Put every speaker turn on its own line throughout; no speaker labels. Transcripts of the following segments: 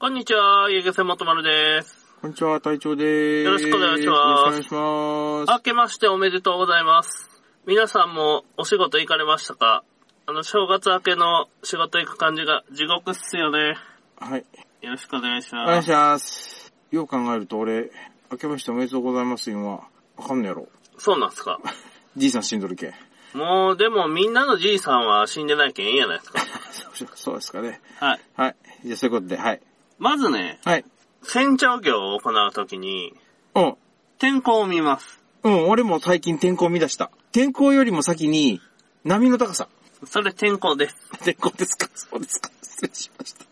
こんにちは、ゆげせもとまるです。
こんにちは、隊長です。
よろしくお願いします
よろしくお願いします。
明けましておめでとうございます。皆さんもお仕事行かれましたかあの、正月明けの仕事行く感じが地獄っすよね。
はい。
よろしくお願いし
お願
ま
い
す。
します。よう考えると俺、明けましておめでとうございます、今は。わかんねやろ。
そうなんすか。
じいさん死んどるけ。
もう、でもみんなのじいさんは死んでないけんいいやないですか。
そうですかね。
はい。
はい。じゃあそういうことで、はい。
まずね、
はい。
船長業を行うときに、
うん。
天候を見ます。
うん、俺も最近天候を見出した。天候よりも先に、波の高さ。
それ天候です。
天候ですかそうですか失礼しました。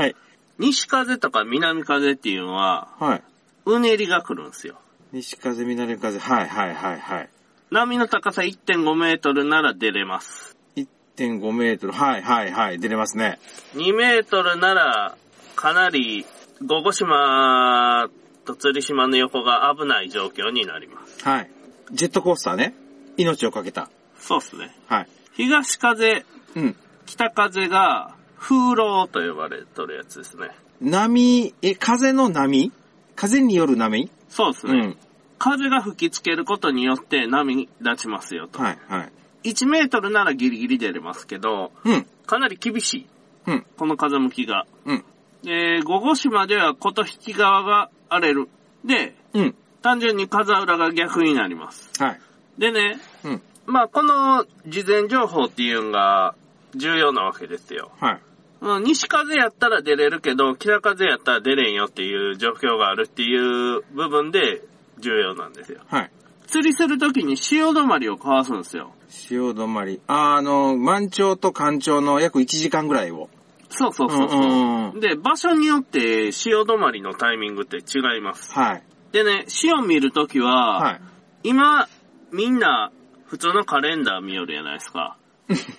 はい。
西風とか南風っていうのは、
はい。
うねりが来るんですよ。
西風、南風、はい、はい、はい、はい。
波の高さ1.5メートルなら出れます。
1.5メートル、はい、はい、はい。出れますね。
2メートルなら、かなり、五島島と釣島の横が危ない状況になります。
はい。ジェットコースターね。命をかけた。
そうですね。
はい。
東風、
うん。
北風が、風浪と呼ばれとるやつですね。
波、え、風の波風による波
そうです
う
ね。
ん。
風が吹きつけることによって波立ちますよと。
はい、はい。
1メートルならギリギリ出れますけど、
うん、
かなり厳しい。
うん、
この風向きが。
うん、
で、五島島では琴引き側が荒れる。で、
うん。
単純に風裏が逆になります。
はい。
でね、
うん。
まあこの事前情報っていうのが重要なわけですよ。
はい。
まあ西風やったら出れるけど、北風やったら出れんよっていう状況があるっていう部分で重要なんですよ。
はい。
釣りするときに潮止まりをかわすんですよ。
潮止まり。あの、満潮と干潮の約1時間ぐらいを。
そうそうそうそう。
うんうんうん
で、場所によって潮止まりのタイミングって違います。
はい。
でね、潮見るときは、
はい。
今、みんな普通のカレンダー見よるやないです か。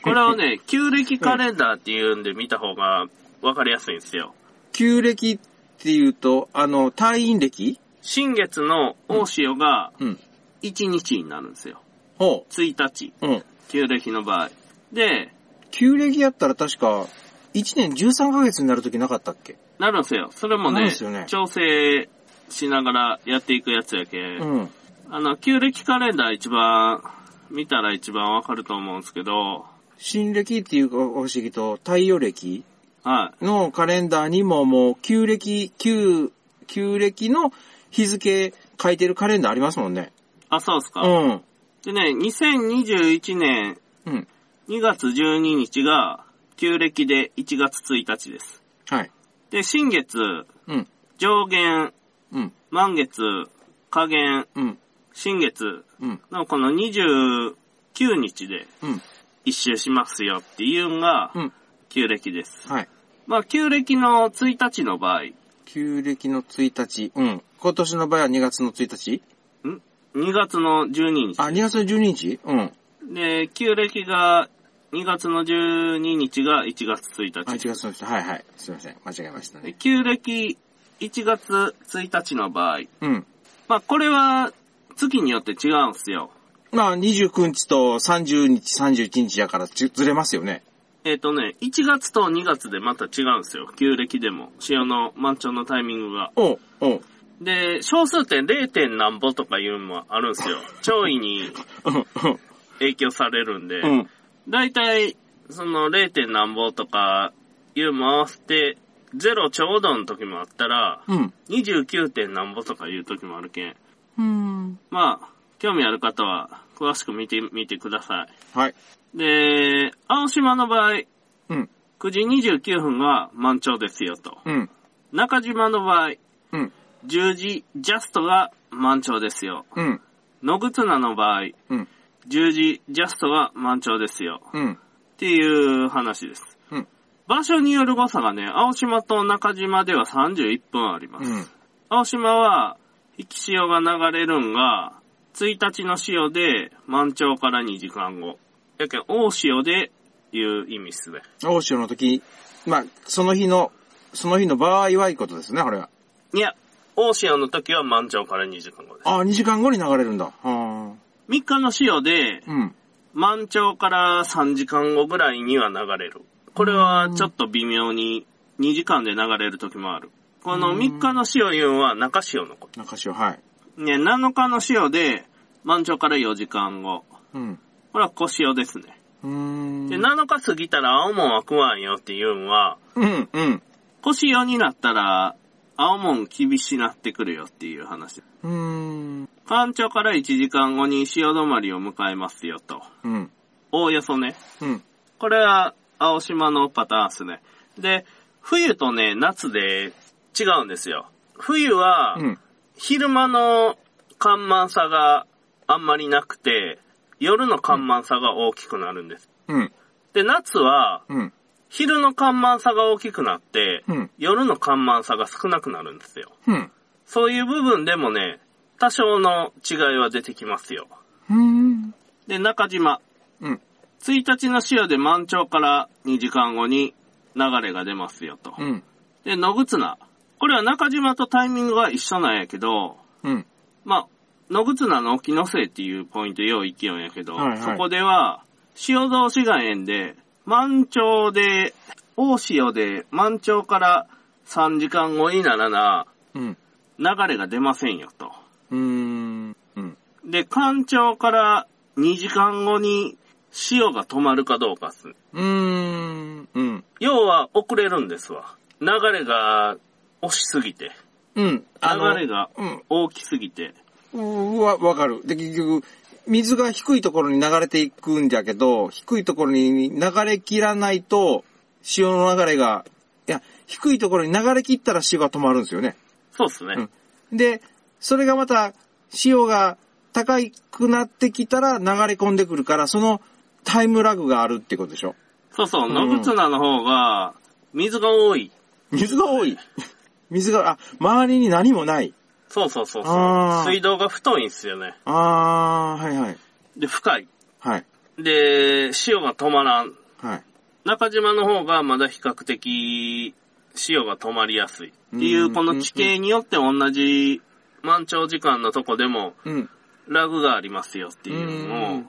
これをね、旧暦カレンダーっていうんで見た方が分かりやすいんですよ。
旧暦っていうと、あの、退院歴
新月の大潮が
うん。
1日になるんですよ。
ほ
1日、
う。うん。
旧暦の場合。で、
旧暦やったら確か、1年13ヶ月になるときなかったっけ
なるんですよ。それも
なるん
ね、
ですよね
調整しながらやっていくやつやけ、
うん。
あの、旧暦カレンダー一番、見たら一番分かると思うんですけど、
新暦っていうか、不思議と、太陽暦
はい。
のカレンダーにももう旧暦、旧、旧暦の日付書いてるカレンダーありますもんね。
あ、そうですか。
うん。
でね、2021年
うん。
2月12日が旧暦で1月1日です。
はい。
で、新月、
うん。
上限、
うん。
満月、下限、
うん。
新月
うん。
のこの29日で
うん。
一周しますよっていうのが
うん。
旧暦です。
はい。
まあ、旧暦の1日の場合、
旧暦の1日。うん。今年の場合は2月の1日
ん ?2 月の12
あ、2月の12日うん。あ、
日。で、旧暦が2月の12日が1月1日。
1月の1日。はいはい。すいません。間違えました
で
ね。
旧暦1月1日の場合、
うん。
まあこれは月によって違うんすよ。
まあ、29日と30日、31日やからずずれますよね。
えっ、とね、1月と2月でまた違うんすよ。旧暦でも。潮の満潮のタイミングが。
おう、おう、
で、小数点 0. 点何歩とかいうのもあるんす よ。潮位に
うん、
影響されるんで。
うん、うん。
だいたい、その 0. 点何歩とかいうのも合わせて、ゼロちょうどの時もあったら、
うん。
29. 点何歩とかいう時もあるけん。
うん。
まあ、興味ある方は、詳しく見てみてくださ
はい。
い。で、青島の場合、
うん、
9時29分が満潮ですよと。
うん、
中島の場合、
うん、
10時ジャストが満潮ですよ。
うん、
野靴菜の場合、
うん、
10時ジャストが満潮ですよ。
うん。
っていう話です。
うん
場所による誤差がね、青島と中島では31分あります。
うん。
青島は、引き潮が流れるんが、1日の潮で満潮から2時間後。やけん、大潮でいう意味っすね。
大潮の時、まあ、その日の、その日の場合はいいことですね、これは。
いや、大潮の時は満潮から2時間後です。
ああ、2時間後に流れるんだ。はあ。
3日の潮で、
うん。
満潮から3時間後ぐらいには流れる。これはちょっと微妙に2時間で流れる時もある。この
うん
3日の潮いうのは中潮のこ
中潮、はい。
と。ね、7日の潮で、満潮から4時間後。
うん。
これは小潮ですね。
うーん。
で、7日過ぎたら青門は食わんよっていうのは、
うん、うん。
小潮になったら、青門厳しなってくるよっていう話。
うーん。
干潮から1時間後に潮止まりを迎えますよと。
うん。
おおよそね。
うん。
これは、青島のパターンですね。で、冬とね、夏で違うんですよ。冬は、
うん。
昼間の干満さがあんまりなくて、夜の干満さが大きくなるんです。
うん。
で、夏は、
うん。
昼の干満さが大きくなって、
うん。
夜の干満さが少なくなるんですよ。
うん。
そういう部分でもね、多少の違いは出てきますよ。
うん。
で、中島。
うん。
1日の潮で満潮から2時間後に流れが出ますよと。
うん。
で、野口菜。これは中島とタイミングが一緒なんやけど、
うん。
まあ、野口菜の沖の瀬っていうポイントよう行きよんやけど、
はいはい
そこでは、潮同志岩園で、満潮で、大潮で満潮から3時間後にならな、
うん。
流れが出ませんよと。
うん。うん。
で、干潮から2時間後に潮が止まるかどうかっすね。
うん。うん。
要は遅れるんですわ。流れが押しすぎて、
うん。
流れが
うん。
大きすぎて、
うわ、わかる。で、結局、水が低いところに流れていくんだけど、低いところに流れ切らないと、潮の流れが、いや、低いところに流れ切ったら潮が止まるんですよね。
そうっすね。
うん。で、それがまた、潮が高くなってきたら流れ込んでくるから、そのタイムラグがあるってことでしょ。
そうそう、
うん
野口菜の方が水が多い。
水が多い。水が、あ、周りに何もない。
そうそうそうそう。
あー
水道が太いんすよね。
あー、はいはい。
で、深い。
はい。
で、潮が止まらん。
はい。
中島の方がまだ比較的潮が止まりやすい。っていうう、
ん
この地形によって同じ満潮時間のとこでも
うん。
ラグがありますよっていう
う
の
ん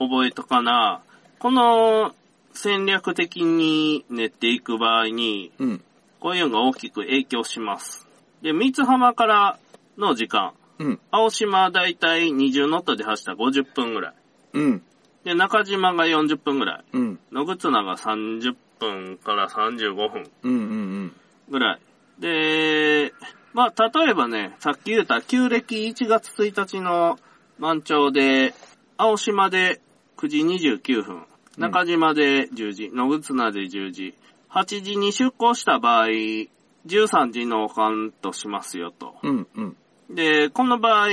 を覚えとかな。この戦略的に練っていく場合に、
うん。
こういうのが大きく影響します。で、三津浜からの時間。
うん。
青島はだいたい20ノットで走ったら50分ぐらい。
うん。
で、中島が40分ぐらい。
うん。
野口菜が30分から35分
うん。うん。
ぐらい。で、まあ、例えばね、さっき言った旧暦1月1日の満潮で、青島で9時29分、
うん
中島で10時、野口菜で10時、8時に出港した場合、13時の間としますよと。
うん。うん。
で、この場合、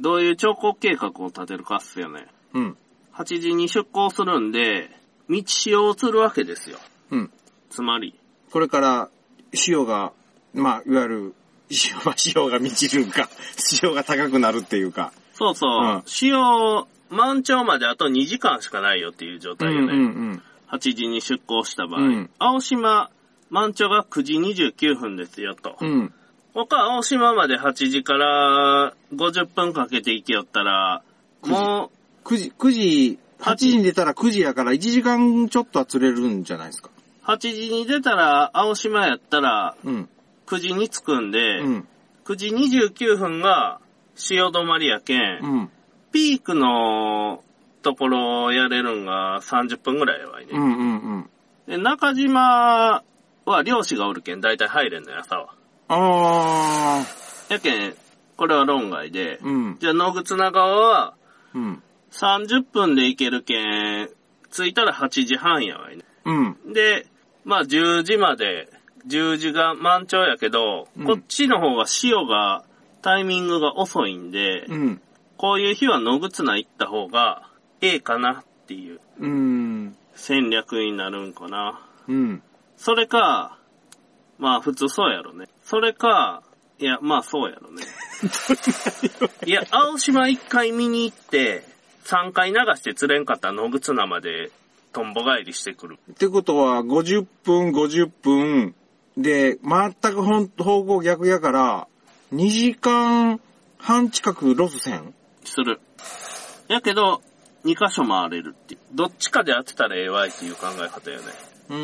どういう兆候計画を立てるかっすよね。
うん。
8時に出港するんで、道潮を釣るわけですよ。
うん。
つまり。
これから、潮が、まあ、いわゆる、潮が、潮が満ちるんか、潮が高くなるっていうか。
そうそう。
うん
潮、満潮まであと2時間しかないよっていう状態よね。
うん。
8時に出港した場合。
うん
青島、満潮が9時29分ですよと。
うん。
他、青島まで8時から50分かけて行きよったら、
時
も
9時、9時、8時に出たら9時やから1時間ちょっとは釣れるんじゃないですか。
う、8時に出たら、青島やったら、
うん。
9時に着くんで、
うん。
9時29分が潮止まりやけん、
うん。
ピークのところをやれるんが30分ぐらいはいね。
うんうんうん。
で、中島は漁師がおるけん、だいたい入れんのや、朝は。
あ
やけん、これは論外で
ー。、うん。
じゃあ野口長尾は
うん。
30分で行けるけん、着いたら8時半やわいね。
うん。
で、まあ10時まで、10時が満潮やけど、
うん
こっちの方が潮が、タイミングが遅いんで、
うん。
こういう日は野口菜行った方がええかなっていう
うん。
戦略になるんかな。
うん。
それか、まあ普通そうやろね。それか、いや、まあそうやろ ね。いや、青島一回見に行って、三回流して釣れんかったら野口菜までトンボ返りしてくる。
ってことは、50分、50分、で、全くほん方向逆やから、2時間半近くロス線
する。やけど、二箇所回れるっていう。どっちかで当てたらええわいっていう考え方よね。
うー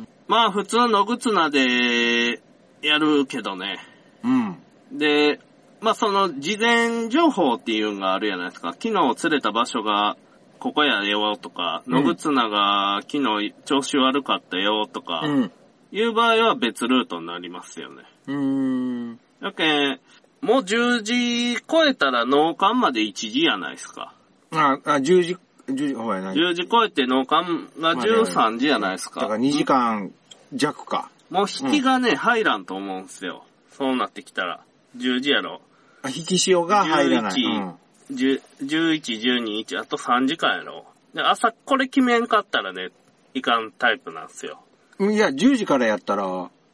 ん。
まあ普通のグツナでやるけどね。
うん。
で、まあその事前情報っていうのがあるじゃないですか。昨日釣れた場所がここやよとか、
うん
野口菜が昨日調子悪かったよとか、
うん。
いう場合は別ルートになりますよね。
うーん。
だけんもう10時超えたら農館まで1時やないですか。
あ、あ、10時、10時、ほら、ない。
10時超えて農館が13時やないですか。
だから2時間弱か。
もう引きがね、入らんと思うんすよ。そうなってきたら。10時やろ。
あ、引き潮が入らない。
1110 11、12、1、あと3時間やろ。で、朝これ決めんかったらね、いかんタイプなんすよ。
うん。いや、10時からやったら、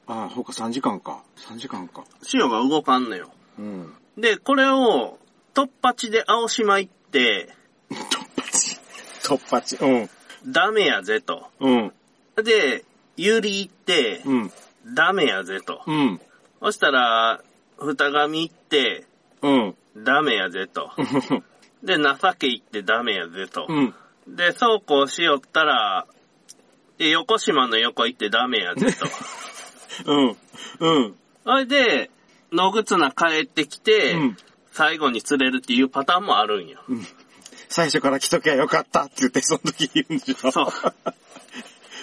あ、ほか3時間か。3時間か。
潮が動かんのよ。
うん。
で、これを、突発で青島行って、
突発。うん。
ダメやぜと。
うん。
で、ユリ行って、
うん。
ダメやぜと。
うん。
そしたら、二神行って、
うん。
ダメやぜと。で、情け行ってダメやぜと。
うん。
で、そうこうしよったら、で横島の横行ってダメやぜと。
うん。うん。
それで、野靴な帰ってきて、
うん
最後に釣れるっていうパターンもあるんよ。
最初から来ときゃよかったって言って、その時言うんでしょ。
そう。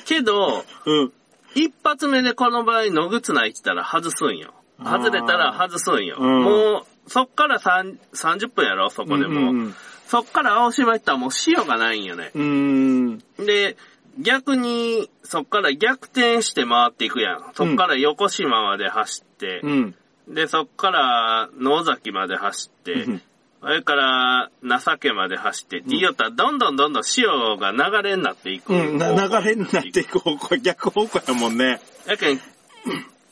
けど、
うん。
一発目でこの場合野靴な行ったら外すんよ。
あー
外れたら外すんよ。
うん
もう、そっから三30分やろ、そこでも。
うん
そっから青島行ったらもう塩がないんよね。
うん。うん。
で、逆に、そっから逆転して回っていくやん。そっから横島まで走って、
うん。
で、そっから野崎まで走って、
うん
それから情けまで走ってって言いよったら、どんどんどんどん潮が流れになっていく。
うん、な流れになっていく方向、逆方向やもんね。
やけん、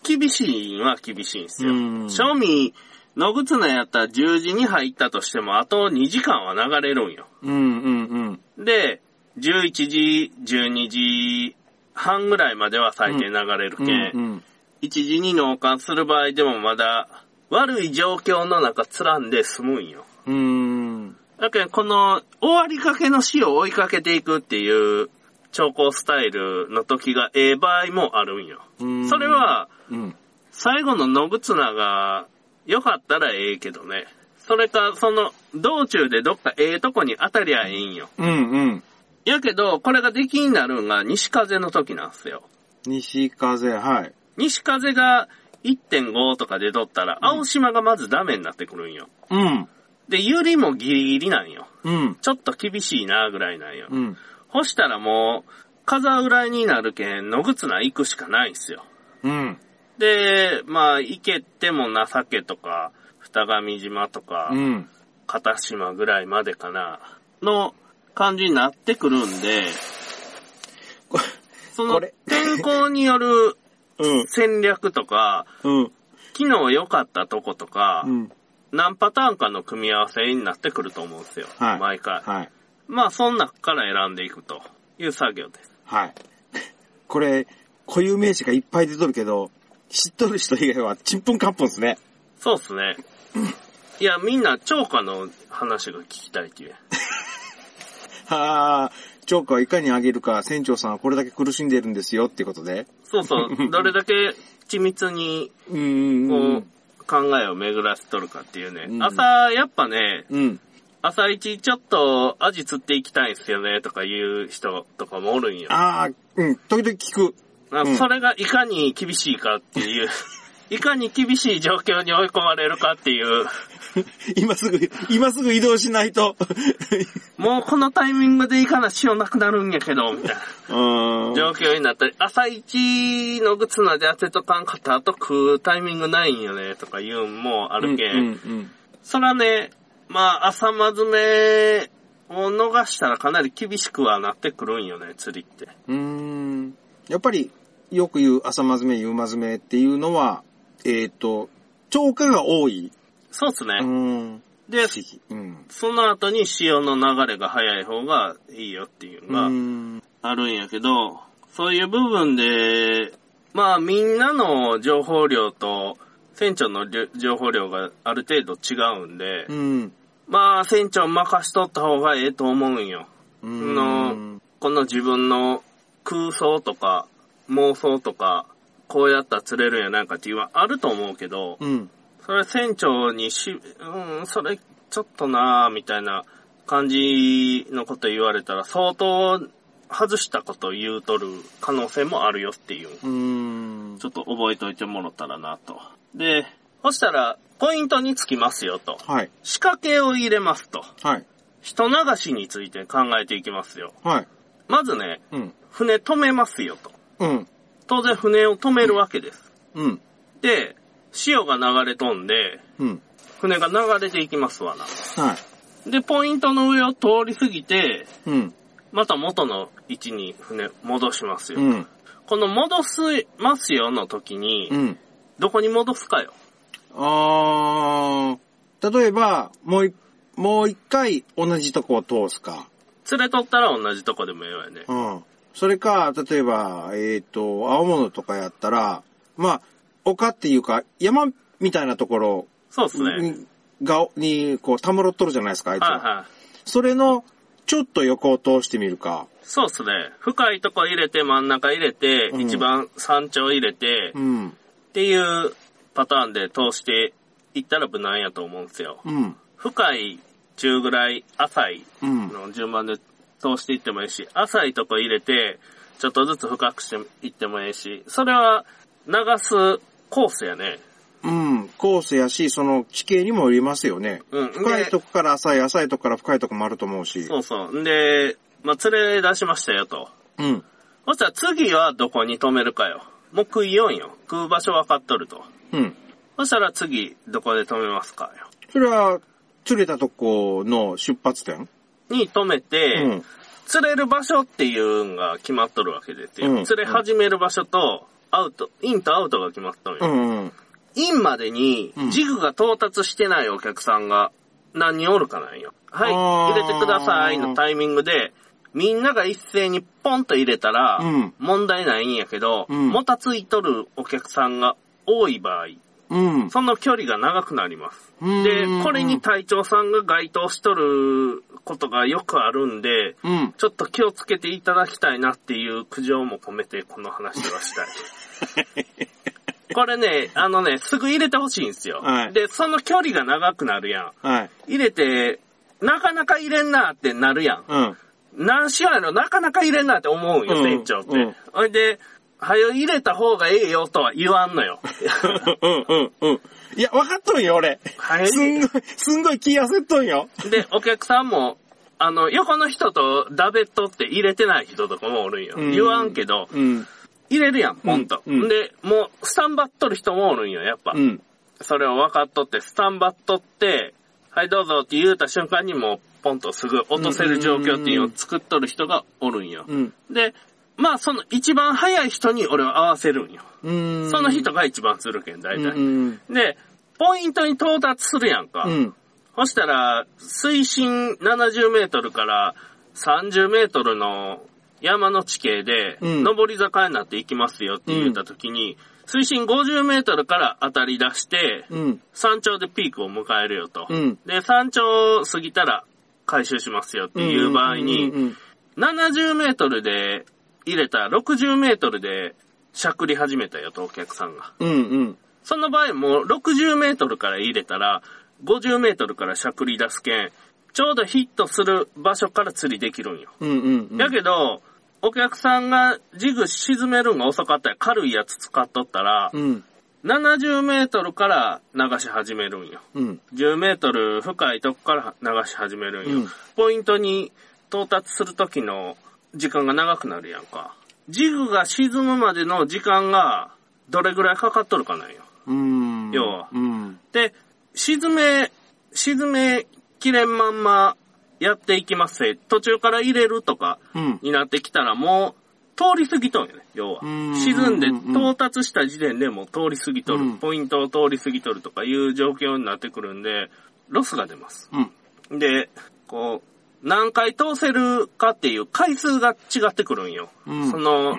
厳しいんは厳しいんですよ。
うん
正味、野靴のやったら10時に入ったとしても、あと2時間は流れるんよ。
うん、うん、うん。
で、11時、12時半ぐらいまでは最低流れるけ、、
うんん、
1時に納棺する場合でもまだ悪い状況の中連んで済むんよ。
うん。
だけどこの終わりかけの死を追いかけていくっていう調校スタイルの時がええ場合もあるんよ。
うん。
それ、は
うん。
最後の野仏名が良かったらええけどね。それかその道中でどっかええとこに当たりゃええんよ。
うん、うん。
やけど、これが出来になるんが西風の時なんすよ。
西風、はい。
西風が1.5とかで取ったら、青島がまずダメになってくるんよ。
うん、
で、ユリもギリギリなんよ。
うん、
ちょっと厳しいなぐらいなんよ。
うん。
干したらもう、風浦になるけん、野靴な行くしかないんすよ。
うん、
で、まあ、行けても情けとか、二神島とか、
うん。
片島ぐらいまでかな、の感じになってくるんで、
こ
そ
こ
の
れ
天候による
うん、
戦略とか、
うん、
昨日良かったとことか、
うん。
何パターンかの組み合わせになってくると思うんですよ。
はい
毎回。
はい、
まあ、そん中から選んでいくという作業です。
はい。 これ、固有名詞がいっぱい出とるけど、知っとる人以外はちんぷんかんぷんですね。
そうっすね。いや、みんな、超過の話が聞きたいっていう。
はあ、チョークはいかにあげるか、船長さんはこれだけ苦しんでるんですよってことで。
そう そう、どれだけ緻密に、
うん
こう、
うん、
考えを巡らせとるかっていうね。
うん
朝、やっぱね、
うん。
朝一ちょっとアジ釣っていきたいんすよねとかいう人とかもおるんよ。
ああ、うん、時々聞く。
あ
うん
それがいかに厳しいかって いう、いかに厳しい状況に追い込まれるかっていう、
今すぐ、今すぐ移動しないと。
もうこのタイミングで行かなしよなくなるんやけど、みたいな
うん
状況になったり、朝一の靴なで当てとかんかった後食うタイミングないんよね、とかいうんもあるけん。
うん
そらね、まあ朝まずめを逃したらかなり厳しくはなってくるんよね、釣りって。
うんうん。うーんやっぱり、よく言う朝まずめ、夕まずめっていうのは、えっ、と、超過が多い。
そうっすね。
うん。
で、
うん。
その後に潮の流れが早い方がいいよっていうのが、
うん。
あるんやけど、そういう部分で、まあみんなの情報量と船長のりょ情報量がある程度違うんで、
うん。
まあ船長任しとった方がええと思うんよ。
う
の
ん。
この自分の空想とか妄想とか、こうやったら釣れるんやなんかっていうのはあると思うけど、
うん。
それ船長にし、うん、それちょっとなぁ、みたいな感じのこと言われたら、相当外したこと言うとる可能性もあるよっていう。
うーん
ち。ょっと覚えておいてもらったらなと。で、そしたら、ポイントにつきますよと。
はい。
仕掛けを入れますと。
はい。
人流しについて考えていきますよ。
はい。
まずね、
うん。
船止めますよと。
うん。
当然船を止めるわけです。
うん。
で、潮が流れ飛んで、
うん。
船が流れていきますわな。
はい。
で、ポイントの上を通り過ぎて、
うん。
また元の位置に船戻しますよ。
うん。
この戻しますよの時に、
うん。
どこに戻すかよ。
あー、例えば、もうい、もう一回同じとこを通すか。
連れとったら同じとこでもええわよね。
うん。それか、例えば、えっ、と、青物とかやったら、まあ、丘っていうか、山みたいなところ
そうっすね。
に、が、に、こう、たむろっとるじゃないですか、あいつ
はい
は。
はい。
それの、ちょっと横を通してみるか。
そうっすね。深いとこ入れて、真ん中入れて、
うん
一番山頂入れて、
う
っ
ん。
ていうパターンで通していったら無難やと思うんですよ。
うん。
深い、中ぐらい、浅い
うん。
の順番で通していってもいいし、浅いとこ入れて、ちょっとずつ深くしていってもいいし、それは流すコースやね。
うん。コースやし、その、地形にもよりますよね。
うん。
深いとこから浅い、浅いとこから深いとこもあると思うし。
そうそう。んで、まあ、連れ出しましたよと。
うん。
そしたら次はどこに止めるかよ。もう食いよんよ。食う場所分かっとると。
うん。
そしたら次どこで止めますかよ。
それは、釣れたとこの出発点
に止めて、
うん。
釣れる場所っていうのが決まっとるわけですよ。
うん
釣れ始める場所と、アウト、インとアウトが決まっとるよ。
うんうん。
インまでに
うん、
ジグが到達してないお客さんが何人おるかなんよ。はい、
あー
入れてくださいのタイミングで、みんなが一斉にポンと入れたら
うん、
問題ないんやけど、
うん
もたついとるお客さんが多い場合、
うん。
その距離が長くなります。で
うん、
これに、隊長さんが該当しとることがよくあるんで、
うん。
ちょっと気をつけていただきたいなっていう苦情も込めてこの話はしたい。 これね、あのね、すぐ入れてほしいんですよ、
はい
で、その距離が長くなるやん。
はい。
入れて、なかなか入れんなってなるやん。
うん。
何しようやろ、なかなか入れんなって思うんよ、
うん
船長って
うん。
ほ、いで、はよ入れた方がええよとは言わんのよ。
うんうんうん。いや、分かっとんよ、俺。
は
すん
い。
ごい、すんごい気焦っとんよ。
で、お客さんも、あの、横の人とダベっとって入れてない人とかもおるんよ。
うん
言わんけど、
うん。
入れるやん、ポンと。
うんうん
で、もう、スタンバっとる人もおるんよ、やっぱ。
うん。
それを分かっとって、スタンバっとって、はい、どうぞって言うた瞬間にもう、ポンとすぐ落とせる状況っていうのを作っとる人がおるんよ。
うん。
で、まあ、その一番早い人に俺は合わせるんよ。
うん。
その人が一番するけん、
う
大
ん。う
体。
ん。
で、ポイントに到達するやんか。
うん。
そしたら、水深70メートルから30メートルの山の地形で、
うん
上り坂になっていきますよって言った時に、水深50メートルから当たり出して、
うん。
山頂でピークを迎えるよと。
うん
で、山頂を過ぎたら回収しますよっていう場合に、
うん。
70メートルで入れた60メートルでしゃくり始めたよと、お客さんが。
うん。うん。
その場合もう60メートルから入れたら、50メートルからしゃくり出すけん、ちょうどヒットする場所から釣りできるんよ。
うん。うん。
やけど、お客さんがジグ沈めるんが遅かったり、軽いやつ使っとったら、
うん。
70メートルから流し始めるんよ。
うん。
10メートル深いとこから流し始めるんよ。
うん
ポイントに到達する時の時間が長くなるやんか。ジグが沈むまでの時間がどれぐらいかかっとるかなんよ。
うん。
要は
うん。
で、沈め、沈めきれんまんまやっていきますね途中から入れるとか
うん。
になってきたらもう通り過ぎとんよね、要は。
うん
沈んで到達した時点でもう通り過ぎと
う
る
ん、
ポイントを通り過ぎとるとかいう状況になってくるんで、ロスが出ます。
うん。
で、こう、何回通せるかっていう回数が違ってくるんよ。
うん
その、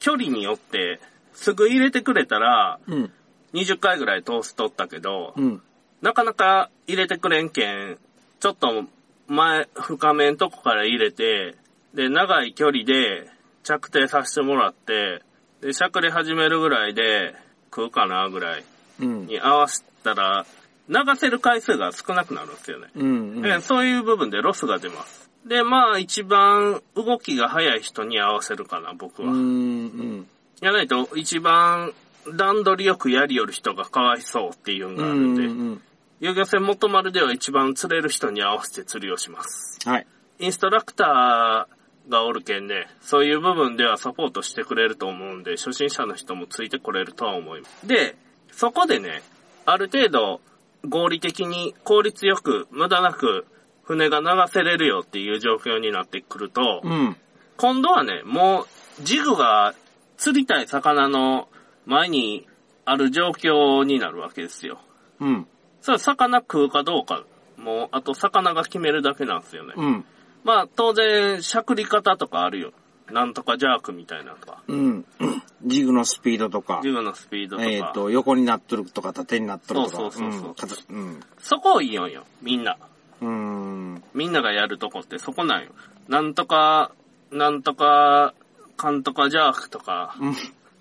距離によって、すぐ入れてくれたら、
うん。
20回ぐらい通しとったけど、
うん。
なかなか入れてくれんけん、ちょっと前、深めんとこから入れて、で、長い距離で着底させてもらって、で、しゃくり始めるぐらいで、食うかなぐらい
うん。
に合わせたら、流せる回数が少なくなるんですよね。
うん。うん。
ええそういう部分でロスが出ます。で、まあ一番動きが速い人に合わせるかな、僕は。
うん。
やらないと一番段取りよくやりよる人がかわいそうっていうの
う
があるんで、
ん。
遊漁船元丸では一番釣れる人に合わせて釣りをします。
はい。
インストラクターがおるけんね、そういう部分ではサポートしてくれると思うんで、初心者の人もついてこれるとは思います。で、そこでね、ある程度合理的に効率よく無駄なく船が流せれるよっていう状況になってくると、
うん。
今度はね、もうジグが釣りたい魚の前にある状況になるわけですよ。
うん。
それは魚食うかどうか、もうあと魚が決めるだけなんですよね。
うん。
まあ当然、しゃくり方とかあるよ。なんとかジャークみたいなのとか。
うん。ジグのスピードとか
ジ、グのスピードとか。
えっと、横になっとるとか、縦になっとるとか。
そうそうそうそう
形うん。
そこを言いよんよ、みんな。
うん。
みんながやるとこってそこなんよ。なんとか、なんとか、かんとかジャークとか、
うん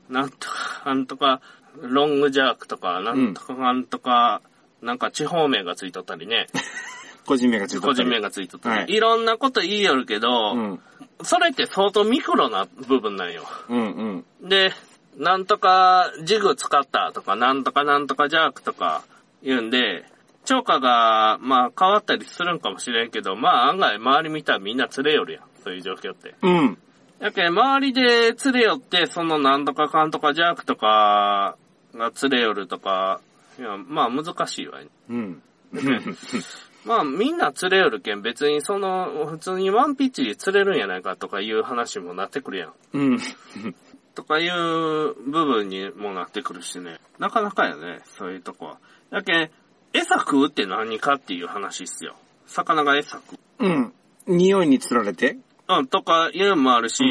なんとか、なんとか、ロングジャークとか、なんとかなんとか、なんか地方名がついとったり ね、
個人名がついて
個人名がついとったり、
はい
い、ろんなこと言いよるけど、
うん。
それって相当ミクロな部分なんよ。
うんうん。
で、なんとかジグ使ったとか、なんとかなんとかジャークとか言うんで、超過が、まあ変わったりするんかもしれんけど、まあ案外周り見たらみんな釣れよるやん。そういう状況って。
うん。
やけん周りで釣れよって、そのなんとかかんとかジャークとかが釣れよるとか、いや、まあ難しいわ、ね。
うん。
まあみんな釣れよるけん別にその、普通にワンピッチで釣れるんやないかとかいう話もなってくるやん。
うん。
とかいう部分にもなってくるしね。なかなかやね、そういうとこは。やけん、餌食うって何かっていう話っすよ。魚が餌食う。
うん。匂いにつられて、
うん、とかいうのもあるし、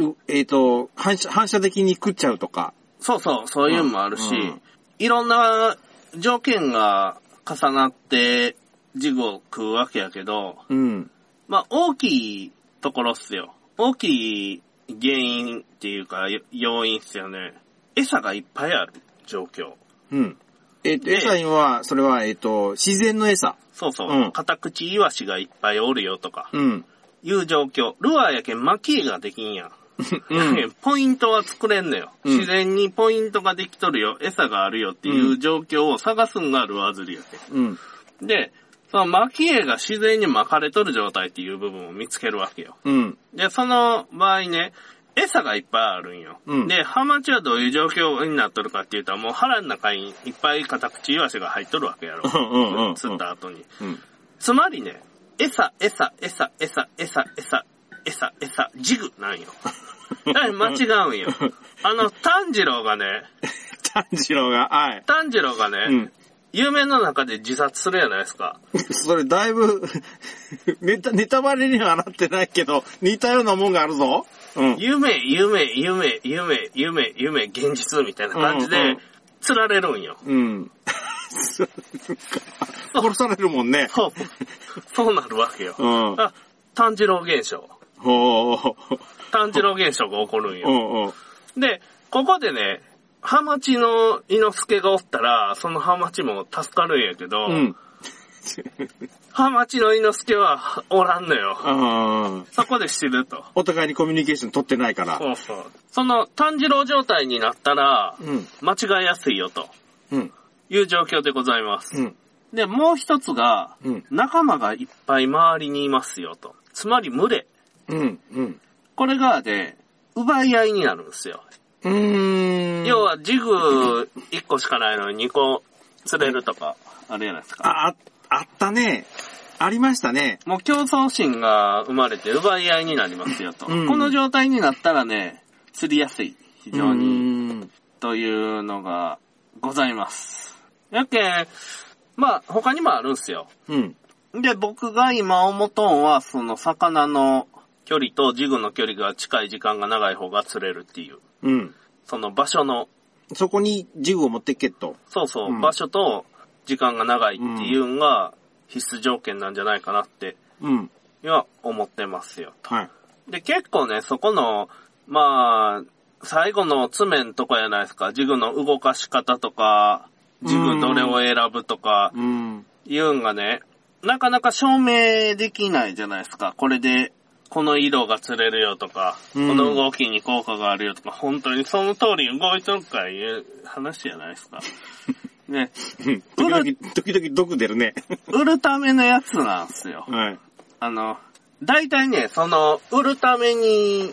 うんうえっ、と反射、反射的に食っちゃうとか。
そうそう、そういうのもあるし、
うんうん
いろんな条件が重なって、ジグを食うわけやけど、
うん。
まあ、大きいところっすよ。大きい原因っていうか、よ要因っすよね。餌がいっぱいある状況。
うん。えっ、と、
で
餌には、それは、えっ、と、自然の餌。
そうそう。
うん
カタクチイワシがいっぱいおるよとか、
うん。
いう状況。ルアーやけん巻きができんやん。
うん
やけんポイントは作れんのよ。
うん
自然にポイントができとるよ、餌があるよっていう状況を探すんがルアー釣りやけ
うん。
ん。で、その巻き絵が自然に巻かれとる状態っていう部分を見つけるわけよ。
うん。
で、その場合ね、餌がいっぱいあるんよ。
うん
で、ハマチはどういう状況になっとるかっていうと、もう腹の中にいっぱいカタクチイワシが入っとるわけやろ。
うんうんうんうん
釣った後に。
うん。
つまりね、餌、餌、餌、餌、餌、餌、餌、餌、ジグなん よ。だから間違うんよ。あの、炭治郎がね、
炭治郎が、はい。
炭治郎がね、
うん。
有名の中で自殺するやないですか。
それだいぶ ネタ、ネタバレにはなってないけど、似たようなもんがあるぞ。うん。
夢、夢、夢、夢、夢、夢、現実みたいな感じ
うんう
で
ん、
釣られるんよ。
うん。 そうか殺されるもんね。
そう、そうなるわけよ。
うん。
あ、炭治郎現象。
ほう。
炭治郎現象が起こるんよ
う。んうん。
で、ここでね、ハマチの猪之助がおったら、そのハマチも助かるんやけど、
うん。
ハマチの猪之助はおらんのよ。
ああ。
そこで知ると。
お互いにコミュニケーション取ってないから。
そうそう。その炭治郎状態になったら、
うん。
間違いやすいよと
うん。
いう状況でございます。
うん。
で、もう一つが、
うん
仲間がいっぱい周りにいますよと。つまり群れ。
うん。うん。
これがね、奪い合いになるんですよ。
うーん。
要は、ジグ1個しかないのに2個釣れるとか、あれやないですか。
あ、ああったね。ありましたね。
もう競争心が生まれて奪い合いになりますよと。
うん
この状態になったらね、釣りやすい。非常
う
に。
ーん
というのがございます。やけん、まあ他にもあるんすよ。
うん。
で、僕が今思とんは、その魚の距離とジグの距離が近い時間が長い方が釣れるっていう。
うん。
その場所の、
そこにジグを持ってけと。
そうそう、
うん
場所と時間が長いっていうのが必須条件なんじゃないかなって、
うん。
は思ってますよ。
はい。
で、結構ね、そこの、まあ、最後の爪んとこやないですか。ジグの動かし方とか、ジグどれを選ぶとか、
うん。
いうんがね、なかなか証明できないじゃないですか。これで、この色が釣れるよとか、
うん
この動きに効果があるよとか、本当にその通り動いとるかいう話じゃない ですか。ね、
時々、時々毒出るね。
売るためのやつなんですよ。
はい。
あの、大体ね、その、売るために、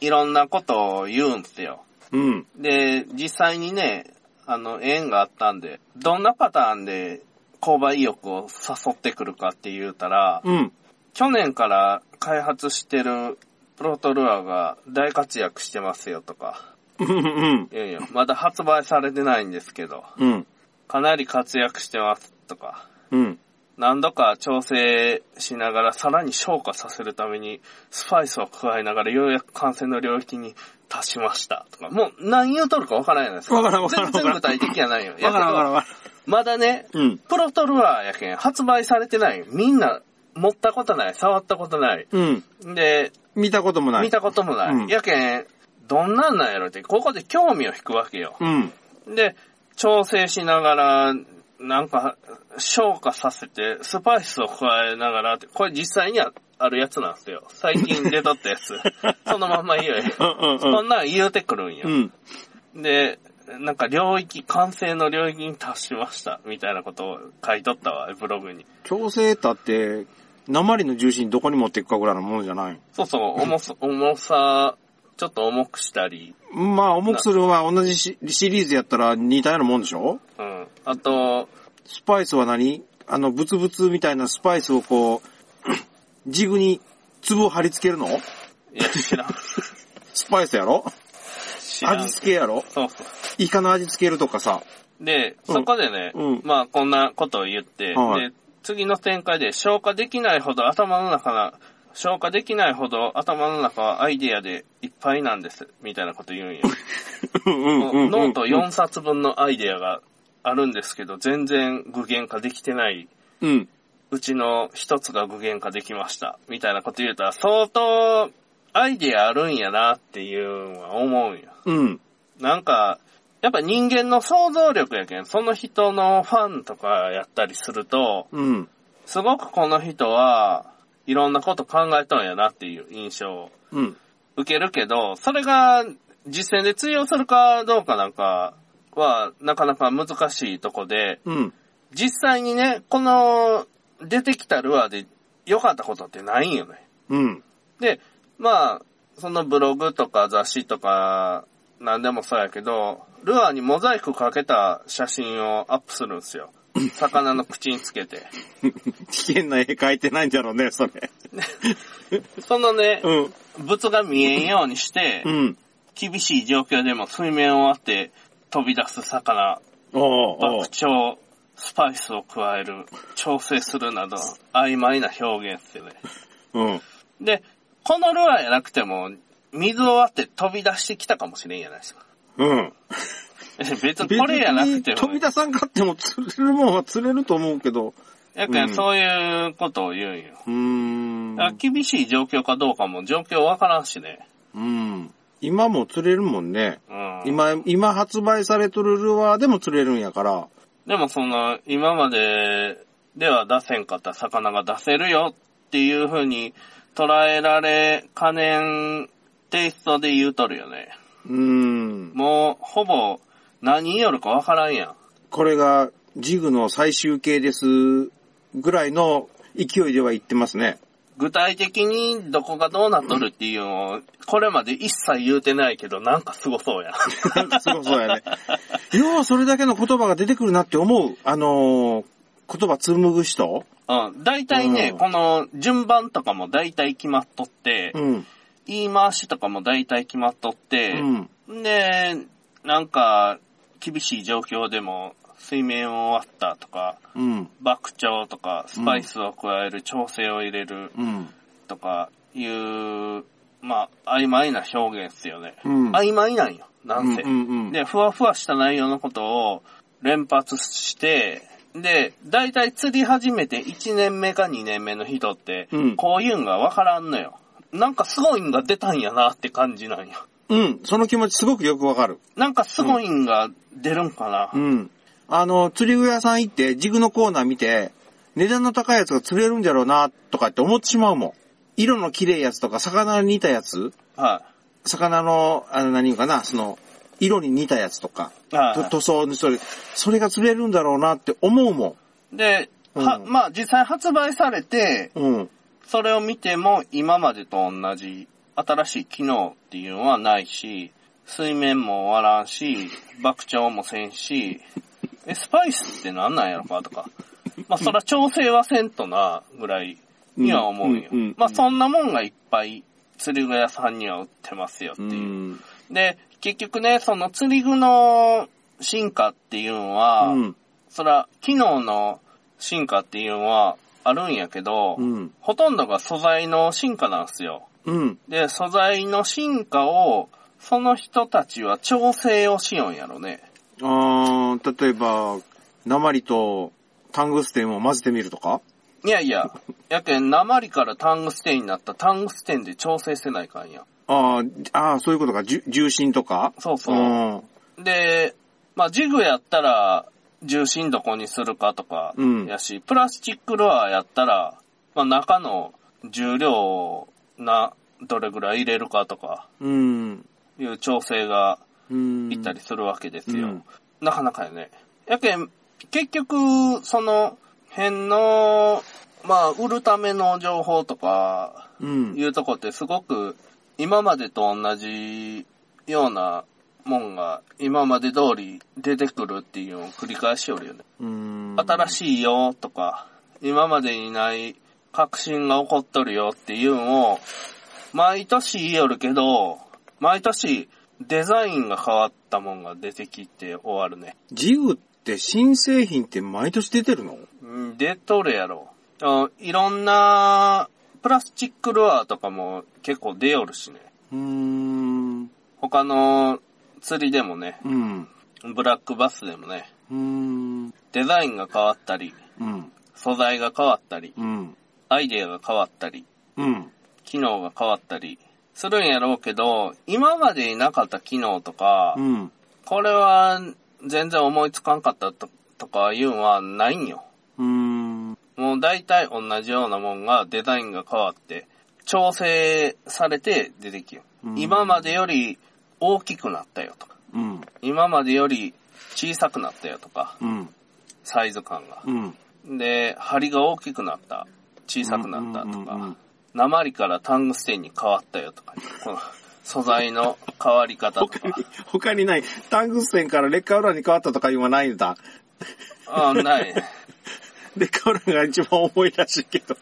いろんなことを言うんですよ。
うん。
で、実際にね、あの、縁があったんで、どんなパターンで購買意欲を誘ってくるかって言うたら、
うん。
去年から開発してるプロトルアが大活躍してますよとか、
うん。うん。
いやいや、まだ発売されてないんですけど、
うん。
かなり活躍してますとか、
うん。
何度か調整しながらさらに消化させるためにスパイスを加えながらようやく完成の領域に達しましたとか、もう何言うとるかわからないじゃないですか。
わからんわからんわ
全
から
然
ん
具体的やないよ。
わからんわからん
や
わか
けどまだね、
らん。うん。
プロトルアーやけん、発売されてない。みんな持ったことない、触ったことない。
うん。
で、
見たこともない。
見たこともない。
うん
やけん、どんなんなんやろって、ここで興味を引くわけよ。
うん。
で、調整しながら、なんか、消化させて、スパイスを加えながらって、これ実際にはあるやつなんですよ。最近出とったや つ。そのまんま言え。
うんうんうん
こんなん言うてくるんよ
う。ん。
で、なんか領域、完成の領域に達しました、みたいなことを書いとったわ、ブログに。
調整たって、鉛の重心どこに持っていくかぐらいのものじゃない。
そうそう、重 さ、重さ、ちょっと重くしたり、
まあ、重くするは同じシシリーズやったら似たようなもんでしょ
うん。あと、
スパイスは何あの、ブツブツみたいなスパイスをこう、 ジグに粒を貼り付けるの
いや、知 らん。
スパイスやろ
知らん。
味
そ
付けやろ
うそう。
イカの味付けるとかさ。
で、
うん
そこでね、
うん
まあこんなことを言って、
はい
で、次の展開で消化できないほど頭の中が、消化できないほど頭の中はアイディアでいっぱいなんです、みたいなこと言うんよ。
うんう
もうノート4冊分のアイディアがあるんですけど、全然具現化できてない。
うん。
うちの一つが具現化できました。みたいなこと言うたら、相当アイディアあるんやなっていうのは思うんよ。
うん。
なんか、やっぱ人間の想像力やけん、その人のファンとかやったりすると、
うん。
すごくこの人はいろんなこと考えとんやなっていう印象を
うん。
受けるけど、それが実践で通用するかどうかなんかはなかなか難しいとこで、
うん。
実際にね、この出てきたルアーで良かったことってないんよね。
うん。
で、まあ、そのブログとか雑誌とか、何でもそうやけど、ルアーにモザイクかけた写真をアップするんですよ。魚の口につけて。
危険な絵描いてないんだろうね、それ。
そのね、
うん。
物が見えんようにして
う、ん。
厳しい状況でも水面を割って飛び出す魚、
おうおう
爆鳥、スパイスを加える、調整するなど、曖昧な表現ってね。
うん。
で、このルアーやなくても、水を割って飛び出してきたかもしれんやないですか。
うん。
え 別にこれやなくて
別に飛
も
び、出さんかっても釣れるもんは釣れると思うけど。
やけ
うん
んそういうことを言うんよ。
うーん。
だから厳しい状況かどうかも状況わからんしね。
うん。今も釣れるもんね。
うん。
今、今発売されとるルアーでも釣れるんやから。
でもその、今まででは出せんかった魚が出せるよっていう風に捉えられかねんテイストで言うとるよね。
うーん。
もう、ほぼ何よるかわからんやん。
これがジグの最終形ですぐらいの勢いでは言ってますね。
具体的にどこがどうなっとるっていうのを、これまで一切言うてないけど、なんかすごそうやん。
すごそうやね。ようそれだけの言葉が出てくるなって思う。あのー言葉紡ぐ人
うん。大体ね、
うん
この順番とかも大体決まっとって、
うん。
言い回しとかも大体決まっとっ
う
て、
ん。
で、なんか、厳しい状況でも、水面を割ったとか、
うん。
爆調とか、スパイスを加える、調整を入れる
うん。
とかいう、まあ、曖昧な表現っすよね。
うん。
曖昧なんよ、なんせ。
うんうんうん
で、ふわふわした内容のことを連発して、で、大体釣り始めて1年目か2年目の人って
うん、
こういうんがわからんのよ。なんかすごいんが出たんやなって感じなんよ。
うん、その気持ちすごくよくわかる。
なんかすごいんが出るんかな。
うん。あの、釣り具屋さん行って、ジグのコーナー見て、値段の高いやつが釣れるんじゃろうな、とかって思ってしまうもん。色の綺麗いやつとか、魚に似たやつ
は
魚の、あの、何言うかな、その、色に似たやつとか、
い。はい
と
は
塗装にそれ、それが釣れるんだろうなって思うも
い。で、
うん
は、まあ実際発売されて、
ん。うん。
それを見ても今までと同じ新しい機能っていうのはないし、水面も終わらんし、爆調もせんし、え、スパイスってなんなんやろかとか。まあそら調整はせんとな、ぐらいには思うよ
うんうんうん。
まあそんなもんがいっぱい釣り具屋さんには売ってますよって
う
いう。
ん。
で、結局ね、その釣り具の進化っていうのは、
うん。
そら、機能の進化っていうのはあるんやけど、
うん。
ほとんどが素材の進化なんですよ。
うん。
で、素材の進化を、その人たちは調整をしようんやろね。
あー、例えば、鉛とタングステンを混ぜてみるとか
いやいや、やけん、鉛からタングステンになったタングステンで調整せないかんや。
あーあー、そういうことか。じゅ重心とか
そうそうう。
ん。
で、まあ、ジグやったら、重心どこにするかとか
うん、
やし、プラスチックルアーやったら、まあ、中の重量をな、どれぐらい入れるかとか、
うん。
いう調整が
うん。
行ったりするわけですよ。
うん
なかなかやね。やけん、結局、その、辺の、まあ、売るための情報とか、
うん。
いうとこってすごく、今までと同じようなもんが、今まで通り出てくるっていうのを繰り返しよるよね。
うん。
新しいよとか、今までにない革新が起こっとるよっていうのを、毎年言いよるけど、毎年デザインが変わったもんが出てきて終わるね。
ジグって新製品って毎年出てるの
うん出とるやろ。あいろんなプラスチックルアーとかも結構出よるしね。
うーん。
他の釣りでもね、
うん。
ブラックバスでもね、
うん。
デザインが変わったり、
うん。
素材が変わったり、
うん。
アイデアが変わったり、
うん。
機能が変わったりするんやろうけど、今までになかった機能とか、
うん。
これは全然思いつかんかったととかいうのはないんよ。
うん。
もう大体同じようなもんがデザインが変わって、調整されて出てきよ
う。ん
今までより大きくなったよとか、
うん。
今までより小さくなったよとか、
うん。
サイズ感が。
うん。
で、針が大きくなった、小さくなったと
うんうんうんう
か
ん、
鉛からタングステンに変わったよとか、この素材の変わり方と
他に
か、
他にない。タングステンから劣化ウランに変わったとか今ないんだ。
あない、
劣化ウランが一番重いらしいけど。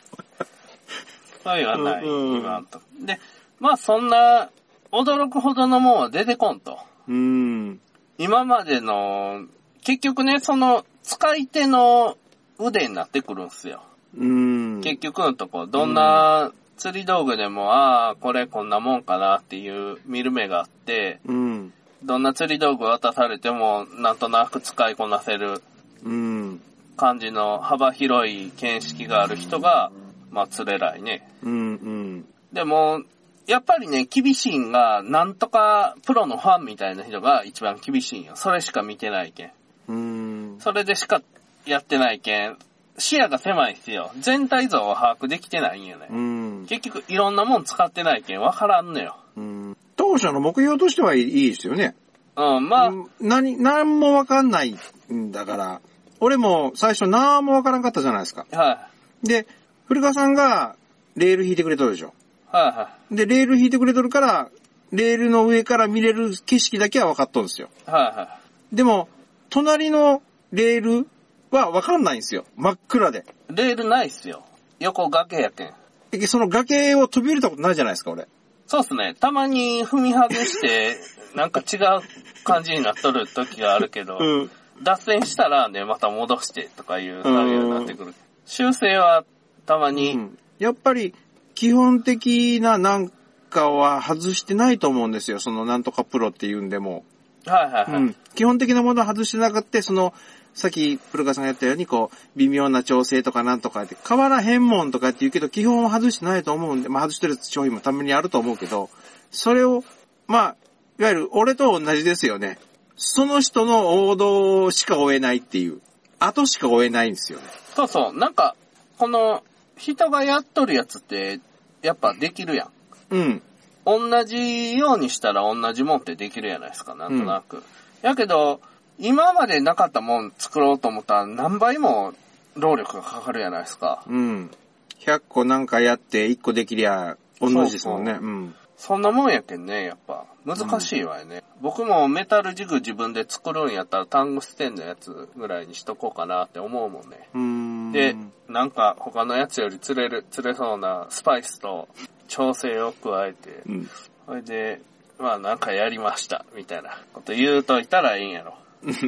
そういうのはない、
うんうん
今んとこで、まあそんな、驚くほどのもんは出てこんと。
うん。
今までの、結局ね、その、使い手の腕になってくるんすよ。
うん。
結局のとこ、どんな釣り道具でも、ああ、これこんなもんかなっていう見る目があって、
うん。
どんな釣り道具渡されても、なんとなく使いこなせる
うん。
感じの幅広い見識がある人が、まあ釣れないね。
うん。うん。
でも、やっぱりね、厳しいんが、なんとかプロのファンみたいな人が一番厳しいんよ。それしか見てないけん。
うん。
それでしかやってないけん、視野が狭いっすよ。全体像を把握できてないんよね
う。ん。
結局、いろんなもん使ってないけん、わからんのよ。
うん。当社の目標としてはいいいいですよね。
うん、まあ、
うん何、何もわかんないんだから、俺も最初何もわからんかったじゃないですか。
は
で、古川さんがレール引いてくれとるでしょ。
い、はい、は
で、レール引いてくれとるから、レールの上から見れる景色だけは分かっとるんですよ。
い、はい、は
でも、隣のレールは分かんないんですよ。真っ暗で。
い。レールないっすよ。横崖やけん。
えその崖を飛び降りたことないじゃないですか、俺。
そうっすね。たまに踏み外 して、なんか違う感じになっとる時があるけど、
うん。
脱線したらね、また戻してとかいう作業になってくる。修正はたまに、
やっぱり、基本的ななんかは外してないと思うんですよ。そのなんとかプロっていうんでも。
はいはいはい。
うん、基本的なものは外してなくって、その、さっき、プルカさんがやったように、こう、微妙な調整とかなんとかって、変わらへんもんとかって言うけど、基本は外してないと思うんで、まあ外してる商品もたまにあると思うけど、それを、まあ、いわゆる俺と同じですよね。その人の王道しか追えないっていう。後しか追えないんですよね。
そうそう。なんか、この、人がやっとるやつって、やっぱできるやん。
うん。
同じようにしたら同じもんってできるじゃないですか、なんとなく。やけど、今までなかったもん作ろうと思ったら何倍も労力がかかるじゃないですか。
うん。100個なんかやって1個できりゃ同じですもんね。
そう
うん。
そんなもんやけんね、やっぱ。難しいわよね。僕もメタルジグ自分で作るんやったらタングステンのやつぐらいにしとこうかなって思うもんね。
うーん。
で、なんか他のやつより釣れる、釣れそうなスパイスと調整を加えて、
うん。
それで、まあなんかやりました、みたいなこと言うといたらいいんや ろ。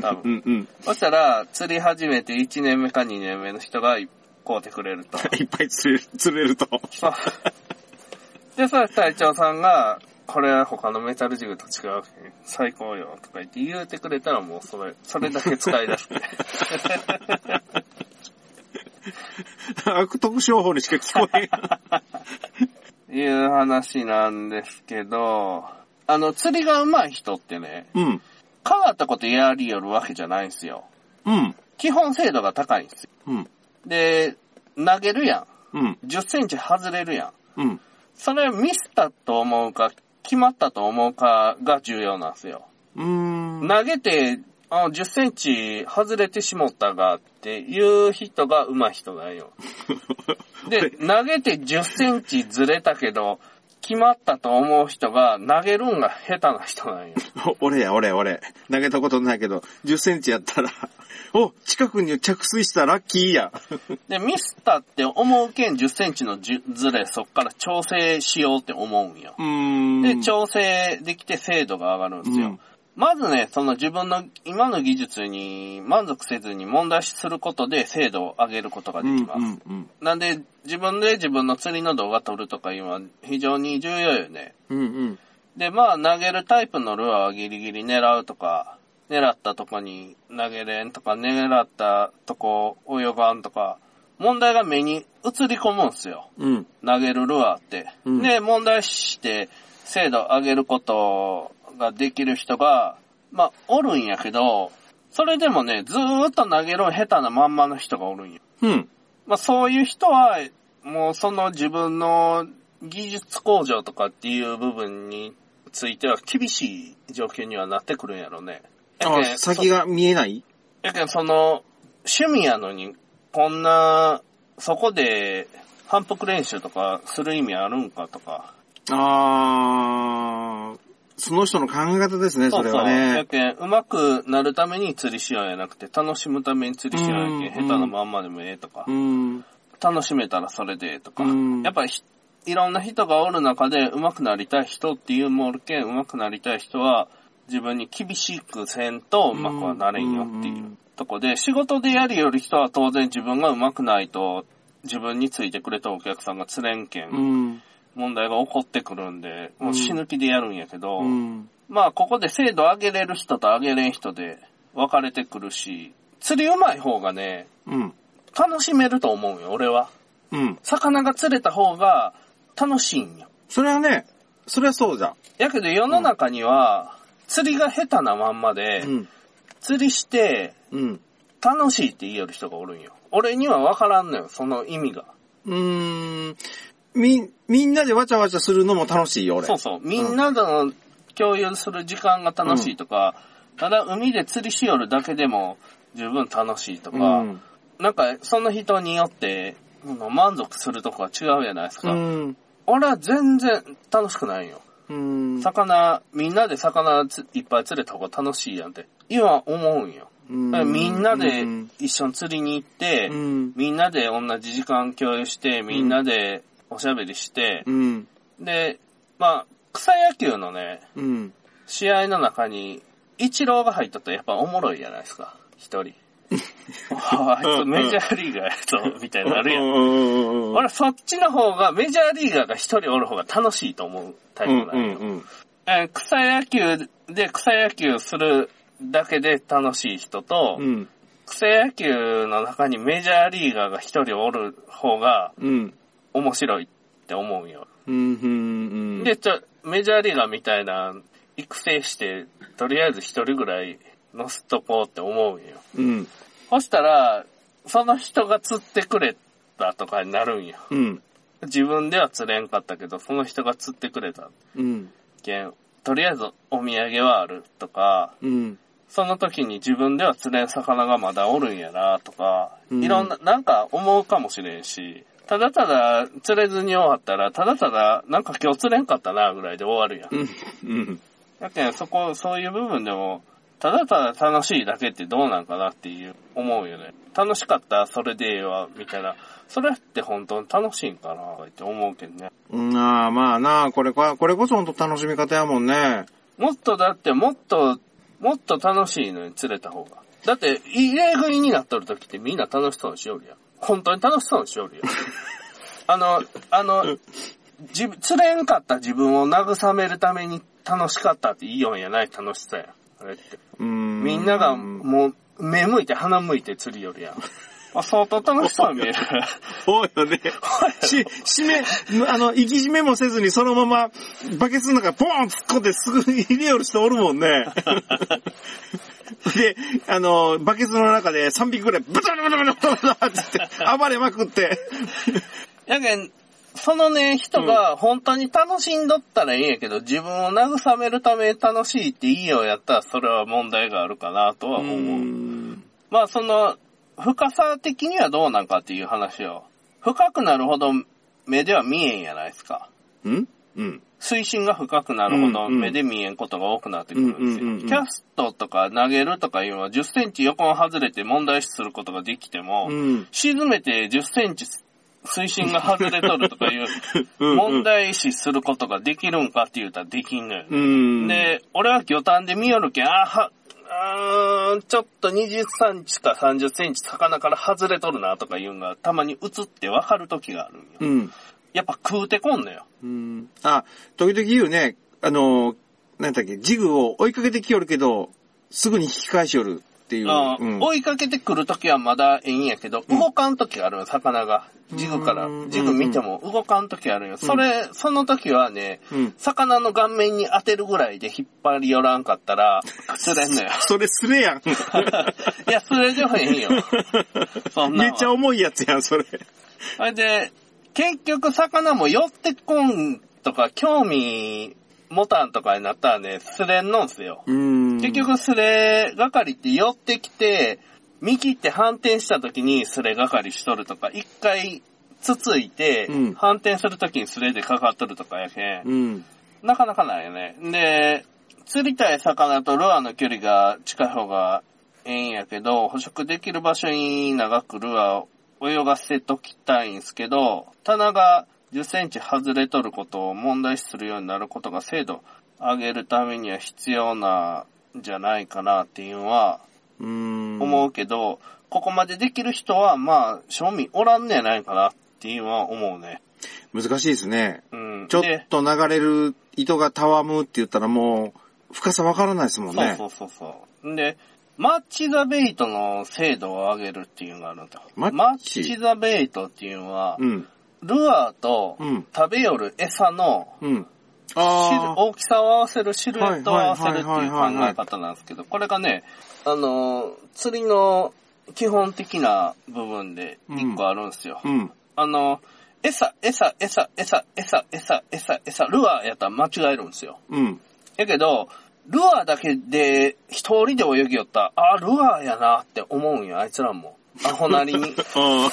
多
う
分。
ん うん。
そしたら、釣り始めて1年目か2年目の人が買うてくれ ると。
いっぱい釣れる、釣れると。
そうで、そしたら隊長さんが、これは他のメタルジグと違うけん最高よ、とか言って言うてくれたらもうそれ、それだけ使い出して。
悪徳商法にしか聞こえ
いう話なんですけど、あの、釣りが上手い人ってね、
へん。 うん。
変わったことやりよるわけじゃないんですよ。
うん。
基本精度が高いんですよ。
うん。
で、投げるや
うん。
ん。10センチ外れるやん。
うん。
それミスったと思うか、決まったと思うかが重要なんですよ。
うーん。
投げて、あ10センチ外れてしもったがっていう人が上手い人だよ。で、投げて10センチずれたけど、決まったと思う人が投げるんが下手な人なんよ。
俺や、俺や、俺。投げたことないけど、10センチやったら、 お、近くに着水したラッキーや。
で、ミスったって思うけん10センチのじゅずれ、そっから調整しようって思うんよ。
うーん。
で、調整できて精度が上がるんですよ。
うん
まずね、その自分の今の技術に満足せずに問題視することで精度を上げることができます。
うんうんうん。
なんで、自分で自分の釣りの動画撮るとか今非常に重要よね。
うんうん。
で、まあ投げるタイプのルアーはギリギリ狙うとか、狙ったとこに投げれんとか、狙ったとこ泳がんとか、問題が目に映り込むんすよ。
うん。
投げるルアーって。
うん
で、問題視して精度上げることができる人が、まあ、おるんやけど、それでもね、ずーっと投げる下手なまんまの人がおるんよ。
うん。
まあ、そういう人は、もうその自分の技術向上とかっていう部分については厳しい状況にはなってくるんやろね。やけ
あ、
ん
先が見えない
やけんその、趣味やのに、こんな、そこで反復練習とかする意味あるんかとか。
あー、その人の考え方ですね、それは
や
ね。
けん、うまくなるために釣りしようやなくて、楽しむために釣りしようやけん、下
うん
手なまんまでもええとか
う。ん。
楽しめたらそれでとか、
うん
やっぱひいろんな人がおる中で上手くなりたい人っていうもおるけん上手くなりたい人は自分に厳しくせんと上手くはなれんよって
う
いうんとこで仕事でやるより人は当然自分が上手くないと自分についてくれたお客さんが釣れんけん、
うん。
問題が起こってくるんでもう死ぬ気でやるんやけど、
うん。
まあここで精度上げれる人と上げれん人で分かれてくるし釣り上手い方がね
うん。
楽しめると思うよ俺は。
うん。
魚が釣れた方が楽しいんよ。
それはね、それはそうじゃ。
やけど世の中には、釣りが下手なまんまで、
うん。
釣りして
うん。
楽しいって言いよる人がおるんよ。俺には分からんのよ、その意味が。
うーん。み、みんなでわちゃわちゃするのも楽しいよ、俺。
そうそう。みんなの共有する時間が楽しいとか、ただ海で釣りしよるだけでも十分楽しいとか、
ん。
なんかその人によって、その満足するとこが違うじゃないです
う
か。
ん。
俺は全然楽しくないんよ。
うん。
魚、みんなで魚ついっぱい釣れた方が楽しいやんって、今思うんよ。だからみんなで
うん
一緒に釣りに行って、
うん。
みんなで同じ時間共有して、みんなでおしゃべりして
う、ん。
で、まあ、草野球のね、
うん。
試合の中に、イチローが入ったとやっぱおもろいじゃないですか、一 人。あいつメジャーリーガーやと、みたいになるやん。
ん
俺そっちの方が、メジャーリーガーが一人おる方が楽しいと思うタイプ
う
なんんよ。
うんうん。
えー草野球で草野球するだけで楽しい人と、
うん。
草野球の中にメジャーリーガーが一人おる方が
うん。
面白いって思うよ。
うん。うん。
で、ちょ、メジャーリーガーみたいな、育成して、とりあえず一人ぐらい乗せとこうって思うんよ。
うん。
そしたら、その人が釣ってくれたとかになるんよ。
うん。
自分では釣れんかったけど、その人が釣ってくれた
うん。
けん、とりあえずお土産はあるとか、
うん。
その時に自分では釣れん魚がまだおるんやなとか、
うん
いろんな、なんか思うかもしれんし、ただただ釣れずに終わったら、ただただなんか今日釣れんかったなぐらいで終わるやん。
うん。うん。
だけどそこ、そういう部分でも、ただただ楽しいだけってどうなんかなっていう思うよね。楽しかった、それでええわ、みたいな。それって本当に楽しいんかなって思うけどね。
うん、ああ、まあなあ、これか、これこそ本当楽しみ方やもんね。
もっとだってもっと、もっと楽しいのに釣れた方が。だって、入れ食いになっとる時ってみんな楽しそうにしよるやん。本当に楽しそうにしよ るやん。あの、あの、自分、釣れんかった自分を慰めるために楽しかったっていいよんやない楽しさやん。あれって。
うん。
みんなが
うん
もう目向いて鼻向いて釣りよる やん。あ相当楽しそうに見える。
そうよね。し、締め、あの、生き締めもせずにそのまま、バケツの中ポーン突っ込んですぐ入れよる人おるもんね。 で、あの、バケツの中で3匹ぐらいブタブタブタブタブタって言って暴れまくって。
やけん、そのね、人が本当に楽しんどったらいいんやけど、自分を慰めるために楽しいっていいようやったら、それは問題があるかなとは思う。
うん。
まあその、深さ的にはどうなんかっていう話を。深くなるほど目では見えんやないですか。
うんうん。
水深が深くなるほど
うんうん
目で見えんことが多くなってくるんですよ。
うんうんうんうん
キャストとか投げるとかいうのは10センチ横を外れて問題視することができても、
うん。
沈めて10センチ水深が外れとるとかいう
うん
問題視することができるんかって言うたらできんのよ。
うん。
で、俺は魚探で見よるけん、あーは、あーちょっと20センチか30センチ魚から外れとるなとかいうのがたまに映ってわかる時があるんよ。
うん。
やっぱ食うてこんのよ。
うん。あ、時々言うね、あの、なんだっけ、ジグを追いかけてきよるけど、すぐに引き返しよるっていう。
あー
うん
追いかけてくるときはまだええんやけど、動かんときあるよ、魚が。ジグから
う、ん
ジグ見ても動かんときあるよ。それ、その時はね、
うん。
魚の顔面に当てるぐらいで引っ張り寄らんかったら、釣れんのよ
それすれやん。
いや、それでもええんよ。そんな
め
ん
っ
は
ちゃ重いやつやん、それ。
それで、結局魚も寄ってこんとか、興味持たんとかになったらね、釣れんのんすよ。
うん
結、局スレ係って寄ってきて、見切って反転した時にスレ係しとるとか、一回つついて
うん、
反転する時にスレでかかっとるとかやけん、
うん。
なかなかないよね。で、釣りたい魚とルアーの距離が近い方がええんやけど、捕食できる場所に長くルアーを泳がせときたいんすけど、棚が10センチ外れとることを問題視するようになることが精度上げるためには必要なんじゃないかなっていうのは
うん。
思うけど、ここまでできる人はまあ、賞味おらんねやないかなっていうのは思うね。
難しいですね。
うん。
ちょっ
で
と流れる糸がたわむって言ったらもう、深さわからないですもんね。
そうそうそうそう。んで、マッチザベイトの精度を上げるっていうのがあるんだ。
マッチ
マッチザベイトっていうのは、
うん。
ルアーと
うん
食べよる餌の
うん。
し
ああ。
大きさを合わせるシルエットを合わせるっていう考え方なんですけど、これがね、あのー、釣りの基本的な部分で一個あるんですよ。
うん。
あの、餌、餌、餌、餌、餌、餌、餌、餌、ルアーやったら間違えるんですよ。
うん。
やけど、ルアーだけで一人で泳ぎよったら、あー、ルアーやなって思うんよ、あいつらも。アホなり に。
ああ。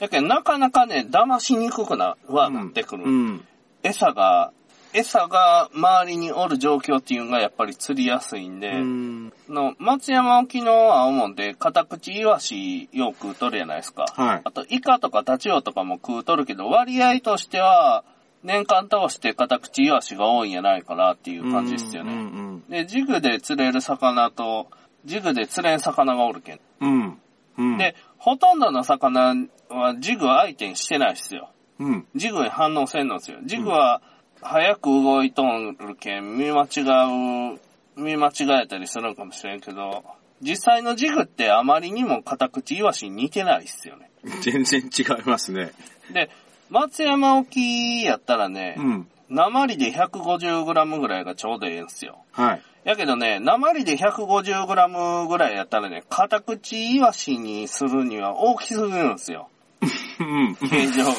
だけど、なかなかね、騙しにくくな、ルアーになってくる。
うん。
餌が、餌が周りにおる状況っていうのがやっぱり釣りやすいんで、
うん。
の松山沖の青門でカタクチイワシよく食うとるやないですか。
はい
あと、イカとかタチウオとかも食うとるけど、割合としては、年間通してカタクチイワシが多いんやないかなっていう感じですよね。
うん。
で、ジグで釣れる魚と、ジグで釣れん魚がおるけん。
うん。うん。
で、ほとんどの魚はジグは相手にしてないっすよ。
うん。
ジグに反応せんのっすよ。ジグは早く動いとるけん、見間違う、見間違えたりするんかもしれんけど、実際のジグってあまりにもカタクチイワシに似てないっすよね。
全然違いますね。
で、松山沖やったらね、
うん。
鉛で 150g ぐらいがちょうどええんすよ。
はい。
やけどね、鉛で 150g ぐらいやったらね、片口イワシにするには大きすぎるんですよ。
うん。
形状 が。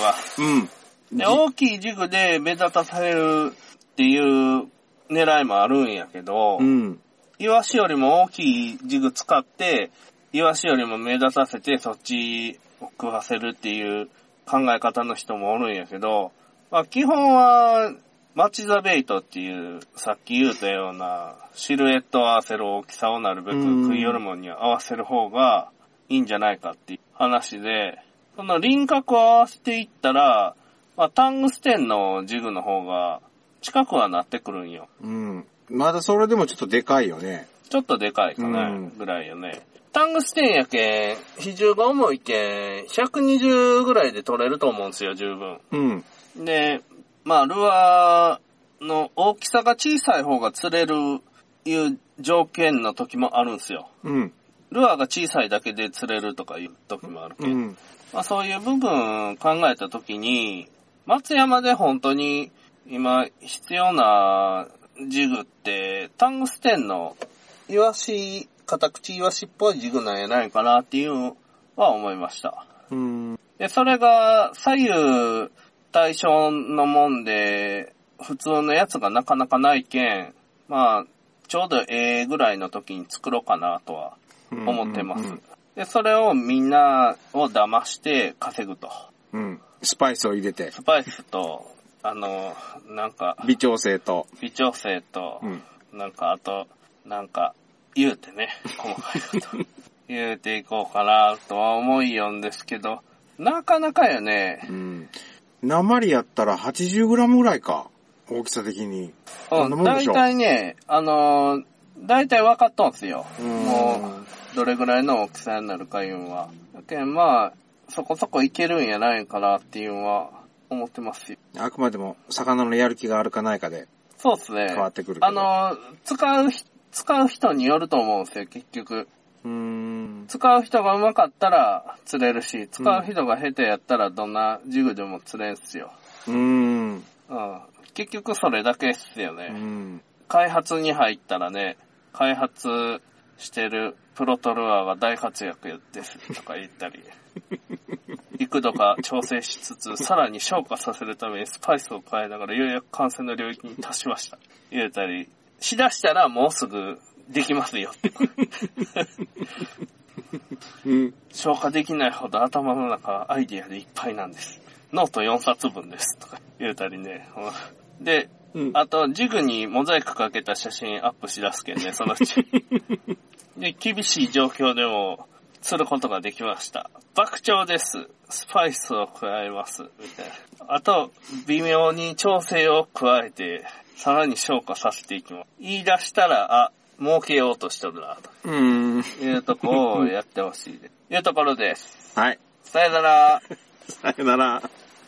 うん。
で、大きい軸で目立たされるっていう狙いもあるんやけど、
うん。
イワシよりも大きいジグ使って、イワシよりも目立たせてそっちを食わせるっていう考え方の人もおるんやけど、まあ基本は、マチザベイトっていう、さっき言ったような、シルエットを合わせる大きさをなるべく
うん
食い寄るものに合わせる方がいいんじゃないかっていう話で、その輪郭を合わせていったら、まあタングステンのジグの方が近くはなってくるんよ。
うん。まだそれでもちょっとでかいよね。
ちょっとでかいかな、
うん
ぐらいよね。タングステンやけん、比重が重いけん、120ぐらいで取れると思うんですよ、十分。
うん。
で、まあ、ルアーの大きさが小さい方が釣れるいう条件の時もあるんですよ。
うん。
ルアーが小さいだけで釣れるとかいう時もあるけ。
うんん。
まあ、そういう部分考えた時に、松山で本当に今必要なジグって、タングステンのイワシ、片口イワシっぽいジグなんやないかなっていうのは思いました。
うん。
で、それが左右対称のもんで、普通のやつがなかなかないけん、まあ、ちょうどええぐらいの時に作ろうかなとは思ってます。で、それをみんなを騙して稼ぐと。
うん。スパイスを入れて、
スパイスと、あの、なんか、
微調整と。
微調整と
う、ん。
なんかあと、なんか、言うて ね、細かいこと。言うていこうかなとは思いよんですけど、なかなかよね
う、ん。鉛やったら 80g ぐらいか。大きさ的に。
う、
そんなんもん
だ
で
い
しょ
たいね、あの、だいたい分かっとんすよ。
うん
もう、どれぐらいの大きさになるかいうんは。だけんまあ、そこそこいけるんやないかなっていうのは、思ってますよ。
あくまでも魚のやる気があるかないかで
そうっすね。
変わってくるけど。
あ、の、使うひ、使う人によると思うんですよ、結局。
うん。
使う人が上手かったら釣れるし、使う人が下手やったらどんなジグでも釣れんすよ。
うん。
うん。結局それだけっすよ
う
ね。
ん。
開発に入ったらね、開発してるプロトルアーが大活躍ですとか言ったり、幾度か調整しつつ、さらに消化させるためにスパイスを変えながらようやく完成の領域に達しました。言えたり、しだしたらもうすぐできますよ。
うん。
消化できないほど頭の中はアイディアでいっぱいなんです。ノート4冊分です。とか言うたりね。うんで、
うん
あと、ジグにモザイクかけた写真アップしだすけん ね、そのうち。で、厳しい状況でも、することができました。爆調です。スパイスを加えます。みたいな。あと、微妙に調整を加えて、さらに消化させていきます。言い出したら、あ、儲けようとしとるな、と
うん。
いうとこをやってほしいです。いうところです。
はい。
さよなら。
さよなら。